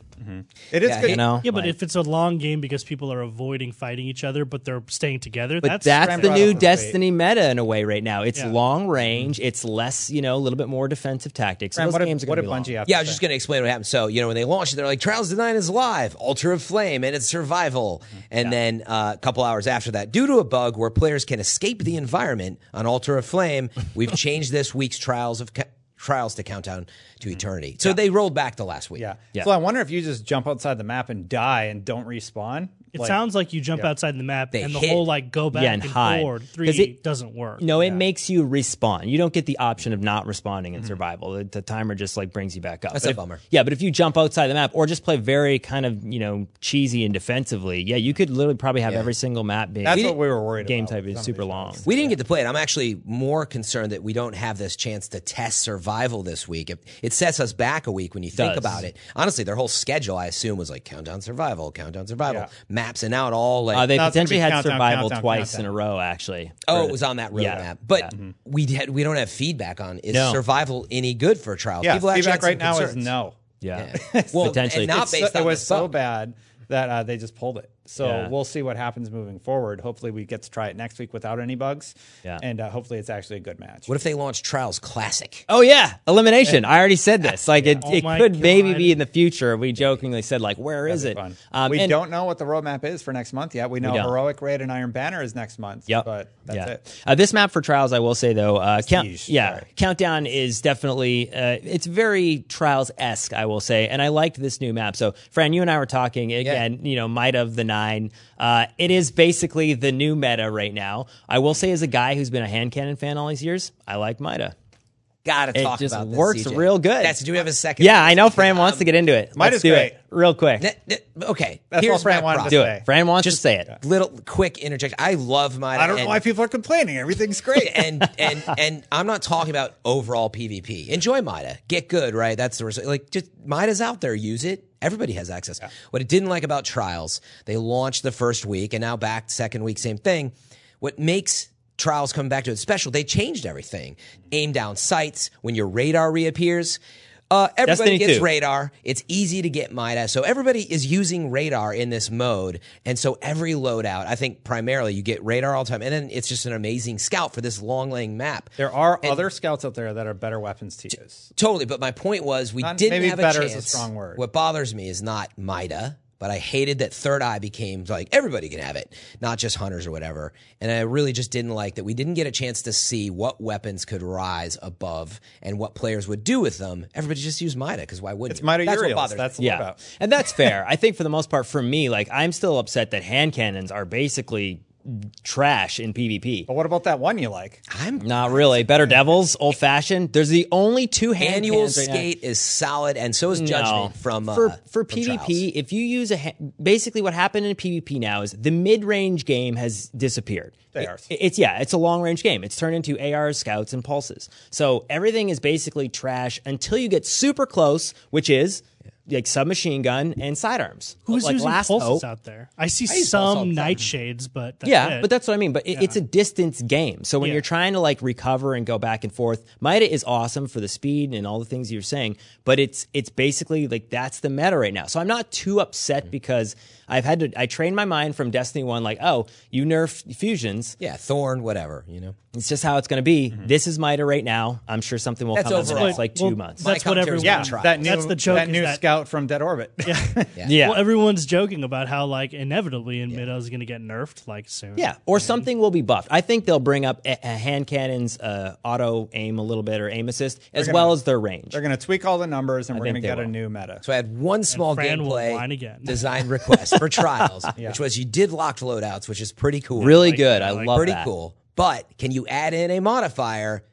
It is good. You know, Yeah, but Like, if it's a long game because people are avoiding fighting each other, but they're staying together, But that's, that's, the Grand new Theft Auto Mm-hmm. is Destiny meta in a way right now. It's Yeah. long range. It's less, you know, a little bit more defensive tactics. So Fran, those what games did, are what going did to be long. Bungie have to Yeah, I was say? just going to explain what happened. So, you know, when they launched it, they're like, Trials of the Nine is live, Altar of Flame, and it's survival. Mm-hmm. And then uh, a couple hours after that, due to a bug where players can escape the environment on Altar of Flame, [LAUGHS] we've changed this week's Trials of Trials to Countdown to Eternity. So they rolled back to last week. Yeah. Mm-hmm. Yeah. So I wonder if you just jump outside the map and die and don't respawn. it sounds like you jump outside the map They and the hit. whole like go back Yeah, and and, hide. forward 'Cause three it- doesn't work. No, it makes you respawn. You don't get the option of not responding Mm-hmm. in survival. The, the timer just like brings you back up. That's But a if- bummer. Yeah, but if you jump outside the map or just play very kind of you know cheesy and defensively, yeah, you could literally probably have every single map being That's what we were worried game about. type is super long. We didn't get to play it. I'm actually more concerned that we don't have this chance to test survival this week. It, it sets us back a week when you think Does. about it. Honestly, their whole schedule, I assume, was like countdown survival, countdown survival, maps, and now it all like Uh, they Now it's gonna potentially be had countdown, survival countdown, twice countdown. in a row, actually. Oh, For- it was on that roadmap. yeah, But yeah. Mm-hmm. we had, we don't have feedback on is No. survival any good for a trial? Yeah, actually feedback had some right now is concerns. no. Yeah. [LAUGHS] Yeah. Well, Potentially. and not It's so- based on it was the so book. bad that uh, they just pulled it. So Yeah. we'll see what happens moving forward. Hopefully, we get to try it next week without any bugs. Yeah. And uh, hopefully, it's actually a good match. What if they launched Trials Classic? Oh yeah, elimination. I already said this. Like it, Oh it my could maybe God. be in the future. We jokingly said like, where is it? Fun. Um, we and- don't know what the roadmap is for next month yet. We know don't. heroic raid and iron banner is next month. Yep. But that's yeah. it. Uh, this map for trials, I will say though, uh, count, Prestige, yeah, sorry. countdown is definitely uh, it's very trials esque, I will say, and I liked this new map. So, Fran, you and I were talking again. You know, might of the nine. Uh, it is basically the new meta right now. I will say, as a guy who's been a hand cannon fan all these years, I like Mida. Gotta It talk just about this. works CJ. real good. That's, do we have a second? Yeah, I know Fran wants to get into it. Mida's Let's do Um, great. it real quick. Th- th- okay. That's here's all Fran my wanted problem. to Do say. it. Fran wants to say it. Little quick interjection. I love my. I don't know why people are complaining. Everything's great. and and and I'm not talking about overall PvP. Enjoy Mida. Get good, right? That's the result. Like just Mida's out there. Use it. Everybody has access. What I didn't like about Trials, they launched the first week and now back second week, same thing. What makes Trials come back to its special? They changed everything. Aim down sights when your radar reappears. Uh, everybody Destiny gets 2. radar. It's easy to get Mida. So everybody is using radar in this mode. And so every loadout, I think primarily you get radar all the time. And then it's just an amazing scout for this long lane map. there are other scouts out there that are better weapons to use. Totally. But my point was we Not- didn't maybe have better a is a chance. strong word. What bothers me is not Mida, but I hated that Third Eye became like everybody can have it, not just hunters or whatever. And I really just didn't like that we didn't get a chance to see what weapons could rise above and what players would do with them. Everybody just used Mida because why wouldn't It's you? Mida That's what Uriels. bothers me. That's yeah. about. And [LAUGHS] that's fair. I think for the most part, for me, like I'm still upset that hand cannons are basically trash in PvP. Oh. But what about that one you like? I'm Not really. [LAUGHS] Better Devils, old fashioned. There's the only two hand Annual cannons right now. skate is solid, and so is judgment from uh, for for from PvP. Trials. If you use a ha- basically what happened in PvP now is the mid range game has disappeared. They It- are. it's yeah, it's a long range game. It's turned into ARs, scouts, and pulses. So everything is basically trash until you get super close, which is like submachine gun and sidearms. Who's like using last pulses hope. out there? I see use pulse all some the time. nightshades, but that's Yeah, it. but that's what I mean. But it, it's a distance game. So when Yeah. you're trying to like recover and go back and forth, Mida is awesome for the speed and all the things you're saying. But it's it's basically like that's the meta right now. So I'm not too Mm-hmm. upset because I've had to I trained my mind from Destiny One like oh you nerf fusions. yeah, Thorn, whatever you know. It's just how it's going to be. This is Mida right now. I'm sure something will That's come over the overall. next like two Mm-hmm. Well, months. That's My what commentary is everyone. Yeah, Yeah, trials. that new that's the joke. that is new that- scout from Dead Orbit. Yeah. yeah. Well, everyone's joking about how like inevitably in mid is going to get nerfed like soon. Yeah, or something will be buffed. I think they'll bring up a, a hand cannon's uh, auto aim a little bit or aim assist as well as their [LAUGHS] range. They're going to tweak all the numbers, and we're going think to they get a will. new meta. So I had one small Fran will whine gameplay again. design request [LAUGHS] for Trials, which was you did locked loadouts, which is pretty cool. Really like good. that. I Like, love pretty that. cool. But can you add in a modifier?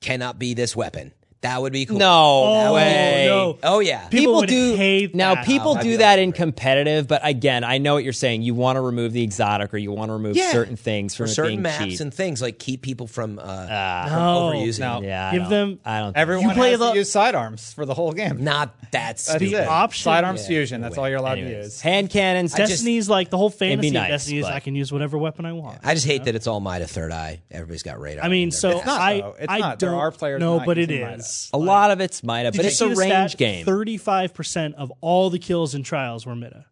Cannot be this weapon. That would be cool. No Oh, way. no. Oh yeah. People would do hate now. that. People Oh, I'd be do that all in over it. competitive, but again, I know what you're saying. You want to remove the exotic, or you want to remove Yeah. certain things for from it certain being maps cheap. Ah. and things like keep people from uh, from No, overusing. no. yeah, I Give don't- them- I don't. Everyone You play has the- to use sidearms for the whole game. Not that That's stupid. it. option. Sidearms Yeah. fusion. That's all you're allowed to Anyways, use. hand cannons. Destiny's like the whole be fantasy nice, of Destiny is but- I can use whatever weapon I want. I just hate that it's all Mida Third Eye. Everybody's got radar. I mean, and so everything. not, I though. It's I not. There don't are players No, not but it using Mida. is a lot of it's Mida, but it's a range game. Thirty-five percent of all the kills in trials were Mida.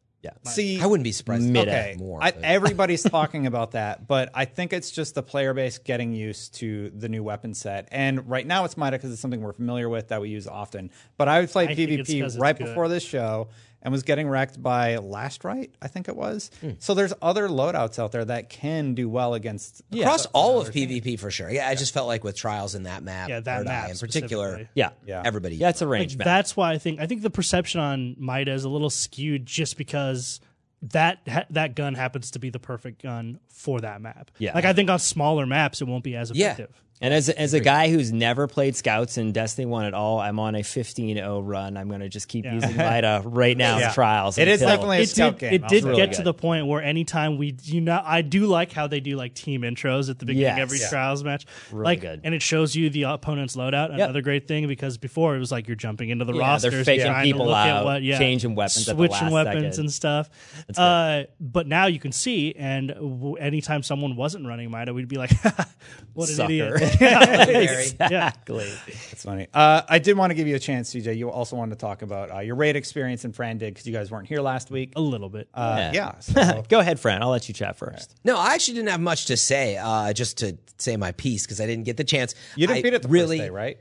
See, I wouldn't be surprised. if Mid- it okay, more, I, but- [LAUGHS] everybody's talking about that, but I think it's just the player base getting used to the new weapon set. And right now, it's Mida because it's something we're familiar with that we use often. But I would play I think it's 'cause PvP it's right good. before this show and was getting wrecked by Last Right, I think it was. Hmm. So there's other loadouts out there that can do well against. across all of PvP for sure. Yeah, I just felt like with trials in that map, Yeah, that Third map Eye in particular. specifically. Yeah, Yeah. everybody. yeah. It's a range map. That's why I think I think the perception on Mida is a little skewed just because that ha- that gun happens to be the perfect gun for that map. Yeah. Like I think on smaller maps it won't be as Yeah. effective. And as as a guy who's never played scouts in Destiny One at all, I'm on a 15-0 run. I'm going to just keep using Vita right [LAUGHS] now Yeah. in trials. It is until- definitely a It scout did, game. it I'll did say really that. get to good. the point where anytime we you know I do like how they do like team intros at the beginning of Yes. every Yeah. trials match. Really like good. and it shows you the opponent's loadout, another great thing because before it was like you're jumping into the Yeah, rosters, they're faking trying people to look at out, what yeah, changing weapons at the switching last weapons second. and stuff. Uh, but now you can see and w- anytime someone wasn't running Mida, we'd be like [LAUGHS] what an Sucker. [LAUGHS] idiot. [LAUGHS] Yeah. exactly. That's funny. Uh, I did want to give you a chance, CJ. You also wanted to talk about uh, your raid experience and Fran did because you guys weren't here last week. A little bit. Uh, yeah. [LAUGHS] so- Go ahead, Fran. I'll let you chat first. No, I actually didn't have much to say. Uh, just to say my piece because I didn't get the chance. you didn't I beat it the really, first day, right?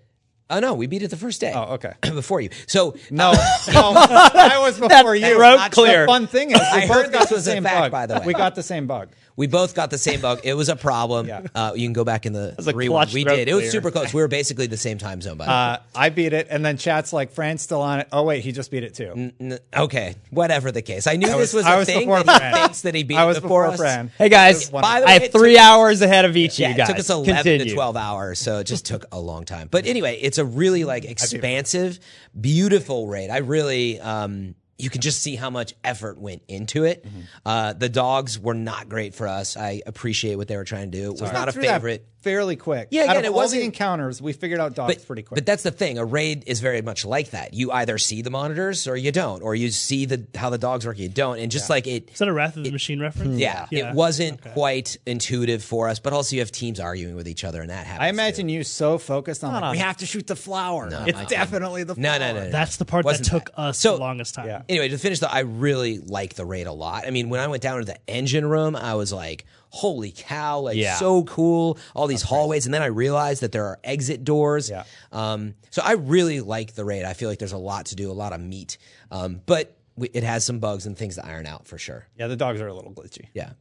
Oh no, we beat it the first day. Oh, okay. [CLEARS THROAT] [CLEARS THROAT] Before you. So [LAUGHS] No, no, I was before you. road That's clear. The fun thing is, we I both heard got this the was a same fact, bug. by the way. we got the same bug. We both got the same bug. It was a problem. Uh, you can go back in the a rewind. clutch We throat did. It was clear. super close. We were basically the same time zone. By the way. Uh, I beat it, and then chat's like, "Fran's still on it." Oh wait, he just beat it too. Mm, Okay, whatever the case, I knew was- this was I a was thing before that he Fran. thinks that he beat I was before, before us. Fran. Hey guys, By the I way, have it three hours ahead of each Yeah, of you guys. it took us 11 to Continue. 12 hours, so it just took a long time. But anyway, it's a really like expansive, beautiful raid. I really, um, you can just see how much effort went into it. Mm-hmm. Uh, the dogs were not great for us. I appreciate what they were trying to do. It was not a Through that favorite. fairly quick. Yeah, Out again, of it all wasn't- the encounters. We figured out dogs pretty quick. But that's the thing. A raid is very much like that. You either see the monitors or you don't, or you see the how the dogs work, you don't. And just like it Is that a Wrath of the Machine reference? yeah, it wasn't quite intuitive for us, but also you have teams arguing with each other, and that happens. I imagine you so focused on. Like, on- we have to shoot the flower. it's definitely the too. no, flower. no, no, no. That's the part that Wasn't took bad. us So- the longest time. Yeah. Anyway, to finish though, I really like the raid a lot. I mean, when I went down to the engine room, I was like, "Holy cow! Like Yeah. so cool! All these hallways." And then I realized that there are exit doors. Yeah. Um. So I really like the raid. I feel like there's a lot to do, a lot of meat. Um. But we, it has some bugs and things to iron out for sure. Yeah, the dogs are a little glitchy. Yeah.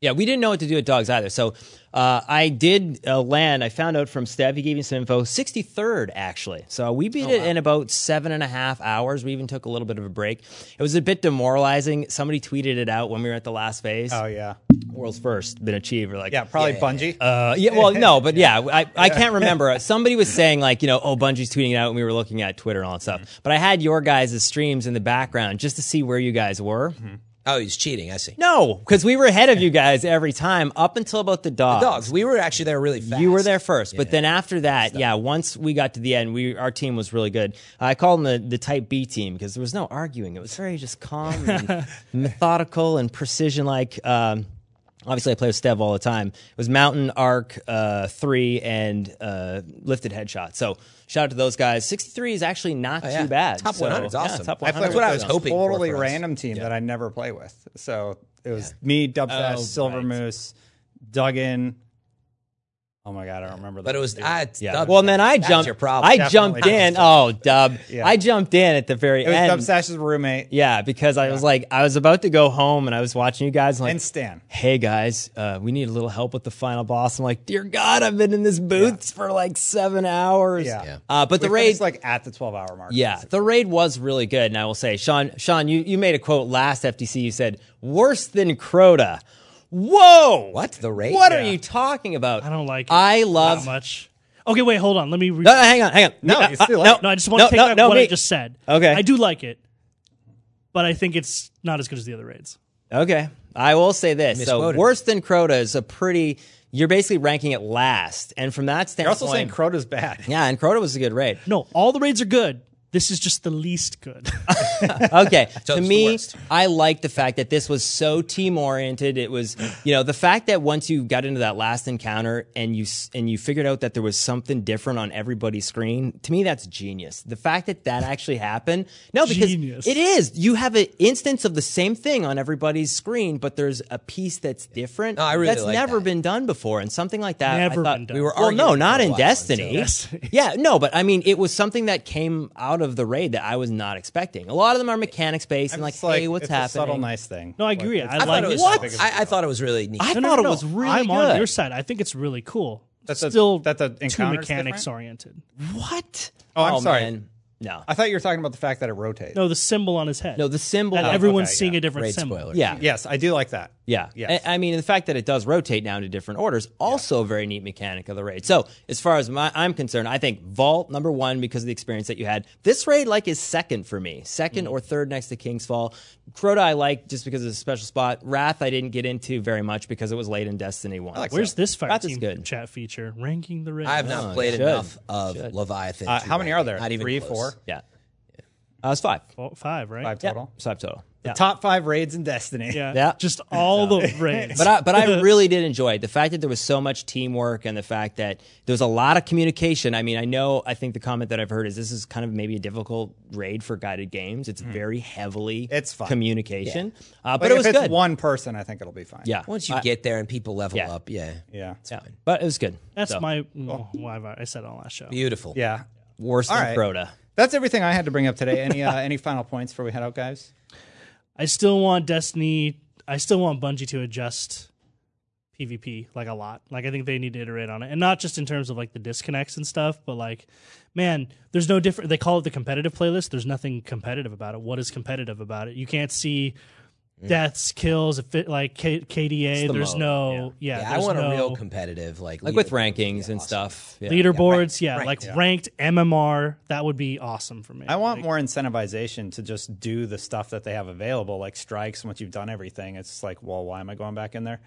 Yeah, we didn't know what to do with dogs either. So uh, I did uh, land. I found out from Steph. He gave me some info. Sixty third, actually. So we Oh, beat it in about seven and a half hours. We even took a little bit of a break. It was a bit demoralizing. Somebody tweeted it out when we were at the last phase. Oh yeah, World's first been achieved. We're like, yeah, probably Bungie. uh, yeah, well, no, but [LAUGHS] yeah, I, I can't [LAUGHS] remember. Somebody was saying like, you know, oh, Bungie's tweeting it out, and we were looking at Twitter and all that stuff. But I had your guys' streams in the background just to see where you guys were. Oh, he's cheating. I see. No, because we were ahead of you guys every time up until about the dog. Dogs. We were actually there really fast. You were there first, but then after that, yeah. Once we got to the end, we our team was really good. I called them the, the Type B team because there was no arguing. It was very just calm, and methodical, and precision. Like um, obviously, I play with Stev all the time. It was Mountain Arc uh, three and uh, lifted headshot. So shout out to those guys. Sixty three is actually not yeah. too bad. Top So, 100 is yeah, awesome. top I 100 played That's what with I was this hoping for Totally for us. random team that I never play with. So it was me, Dubfest, Oh, Silver right. Moose, Duggan. Oh my god, I don't remember. But it was. I, Yeah. Dubs- well, and then I that's jumped. Your problem. I Definitely jumped Dub's in. Oh, Dub. I jumped in at the very it was end. Dub Sash's roommate Yeah, because I was like, I was about to go home and I was watching you guys. like, and Stan. hey guys, uh, we need a little help with the final boss. I'm like, dear God, I've been in this booth for like seven hours. Yeah. Yeah. Uh, but the We raid, finished, like at the twelve hour mark. yeah, the raid was really good. And I will say, Sean, Sean, you, you made a quote last FTC. You said, worse than Crota. Whoa! What? The raid? What are Yeah. you talking about? I don't like it. I that love. much. Okay, wait, hold on. Let me. Re- No, hang on, hang on. No, Uh, it's too uh, late. No, I just want No, to take no, back no, what I me. just said. Okay. I do like it, but I think it's not as good as the other raids. Okay. I will say this. So Misquoted. worse than Crota is a pretty you're basically ranking it last. And from that You're standpoint also saying Crota's bad. Yeah, and Crota was a good raid. No, all the raids are good. This is just the least good. [LAUGHS] Okay. to it's the me, worst. I like the fact that this was so team oriented. It was, you know, the fact that once you got into that last encounter and you s- and you figured out that there was something different on everybody's screen. To me, that's genius. The fact that that actually happened. No, because Genius. it is. You have an instance of the same thing on everybody's screen, but there's a piece that's different. No, I really that's like never that. been done before, and something like that. Never I thought, been done. We were well, no, arguing not for a in while, Destiny. so- Destiny. [LAUGHS] yeah, no, but I mean, it was something that came out of the raid that I was not expecting. A lot of them are mechanics based and like, It's hey, what's it's happening? A subtle, nice thing. No, I Like, agree. it's- I I like thought it was. What? I, I thought it was really neat. I No, no, thought no, no. it was really I'm good. on your side. I think it's really cool. That's a- Still, that's a too encounter's mechanics different? oriented. What? Oh, I'm sorry. man. No, I thought you were talking about the fact that it rotates. No, the symbol on his head. no, the symbol. Oh, that everyone's okay, seeing yeah. a different Raid symbol. spoiler. yeah, Yes, I do like that. Yeah. Yes. I I mean, the fact that it does rotate now into different orders, also a very neat mechanic of the raid. So, as far as my, I'm concerned, I think Vault, number one, because of the experience that you had. This raid, like, is second for me. Second Hmm. or third next to King's Fall. Crota, I like just because it's a special spot. Wrath, I didn't get into very much because it was late in Destiny 1. Where's this fire That's team good. chat feature ranking the raid? I have not played should. enough of Leviathan. Uh, to how many rank are it. there? Not even Three, close. four? Yeah. Uh, it's five. Well, five, right? Five Yeah. total. It's five total. The top five raids in Destiny. Yeah. Yeah. Just [LAUGHS] all the raids. But I, but I really did enjoy it. The fact that there was so much teamwork and the fact that there was a lot of communication. I mean, I know, I think the comment that I've heard is this is kind of maybe a difficult raid for guided games. It's very heavily It's fun. communication, uh, But, but it if was it's good. one person, I think it'll be fine. yeah. Once you Uh, get there and people level yeah. up, yeah. Yeah. yeah. But it was good. That's So, my. Well, why have I, I said it on last show. Beautiful. Yeah. worse than All right. Crota. That's everything I had to bring up today. Any uh, [LAUGHS] any final points before we head out, guys? I still want Destiny. I still want Bungie to adjust PvP like a lot. Like I think they need to iterate on it, and not just in terms of like the disconnects and stuff, but like, man, there's no different. They call it the competitive playlist. There's nothing competitive about it. What is competitive about it? You can't see deaths, kills, if it, like K- KDA. the there's mode, no yeah. Yeah, I there's want no a real competitive like Like with leader. rankings and stuff. Yeah. leaderboards. Yeah, ranked, like ranked MMR. That would be awesome for me. I want Like, more incentivization to just do the stuff that they have available, like strikes. Once you've done everything, it's like, well, why am I going back in there?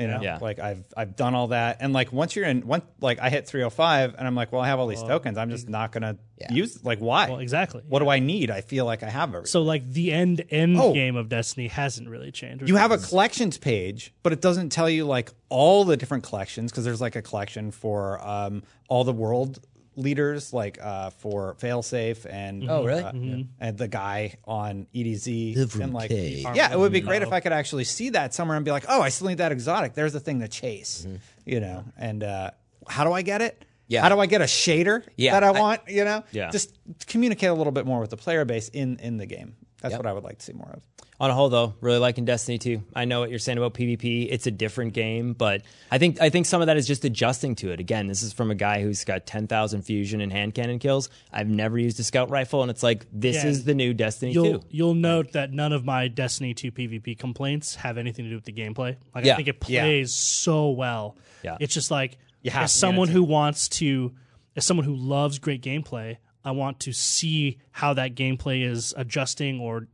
You know, Yeah. like I've I've done all that, and like once you're in, once like I hit 305, and I'm like, well, I have all these tokens. I'm just not gonna use. Like, why? Well, exactly. What do I need? I feel like I have everything. So like the end end Oh. game of Destiny hasn't really changed. you have a collections page, but it doesn't tell you like all the different collections because there's like a collection for um, all the world leaders, like uh, for Failsafe and Oh, really? uh, and the guy on EDZ and like K. yeah, it would be Mm-hmm. great if I could actually see that somewhere and be like, oh, I still need that exotic. There's the thing to chase, you know. And uh, how do I get it? Mm-hmm. Yeah. How do I get a shader Yeah, that I I- want? you know, Yeah. Just communicate a little bit more with the player base in in the game. That's what I would like to see more of. On a whole, though, really liking Destiny 2. I know what you're saying about PvP. It's a different game, but I think I think some of that is just adjusting to it. Again, this is from a guy who's got 10,000 fusion and hand cannon kills. I've never used a scout rifle, and it's like this Yeah, is the new Destiny You'll 2. you'll note that none of my Destiny 2 PvP complaints have anything to do with the gameplay. Like Yeah. I think it Yeah. plays so well. Yeah. It's just like have as to get someone into who wants to as someone who loves great gameplay, I want to see how that gameplay is adjusting or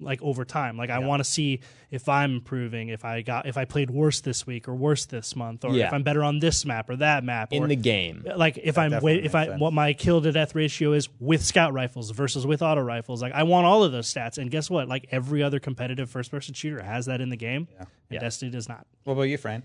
like over time. Like I want to see if I'm improving, if I got if I played worse this week or worse this month or Yeah. if I'm better on this map or that map In or the game. like if I'm wa- Mm-hmm. definitely if makes I sense. what my kill to death ratio is with scout rifles versus with auto rifles. Like I want all of those stats, and guess what? Like every other competitive first person shooter has that in the game, and Destiny does not. What about you, Fran?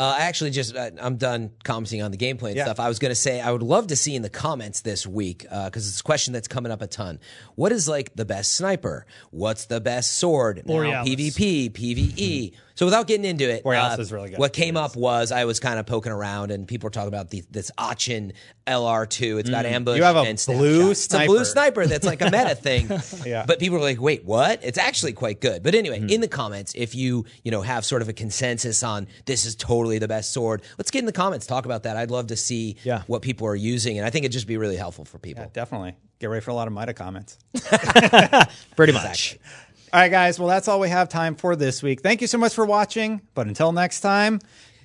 Uh, I actually just uh, I'm done commenting on the gameplay and Yeah. stuff. I was going to say I would love to see in the comments this week because it's a question that's coming up a ton. What is like the best sniper? What's the best sword? Now, Borealis. PvP, PVE. E. so without getting into it, Mm-hmm. uh, Borealis is really good. What came up was I was kind of poking around and people were talking about the, this Achin LR2. It's got ambush. Mm. You have a and blue snapshot. It's a sniper. blue sniper sniper that's like a meta thing. [LAUGHS] Yeah. But people are like, wait, what? It's actually quite good. But anyway, Hmm. in the comments, if you, you know, have sort of a consensus on this is totally the best sword, let's get in the comments, talk about that. I'd love to see Yeah. what people are using. And I think it'd just be really helpful for people. Definitely. Get ready for a lot of Mida comments. Pretty much. All right, guys. Well, that's all we have time for this week. Thank you so much for watching. But until next time,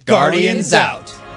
Guardians, out. out.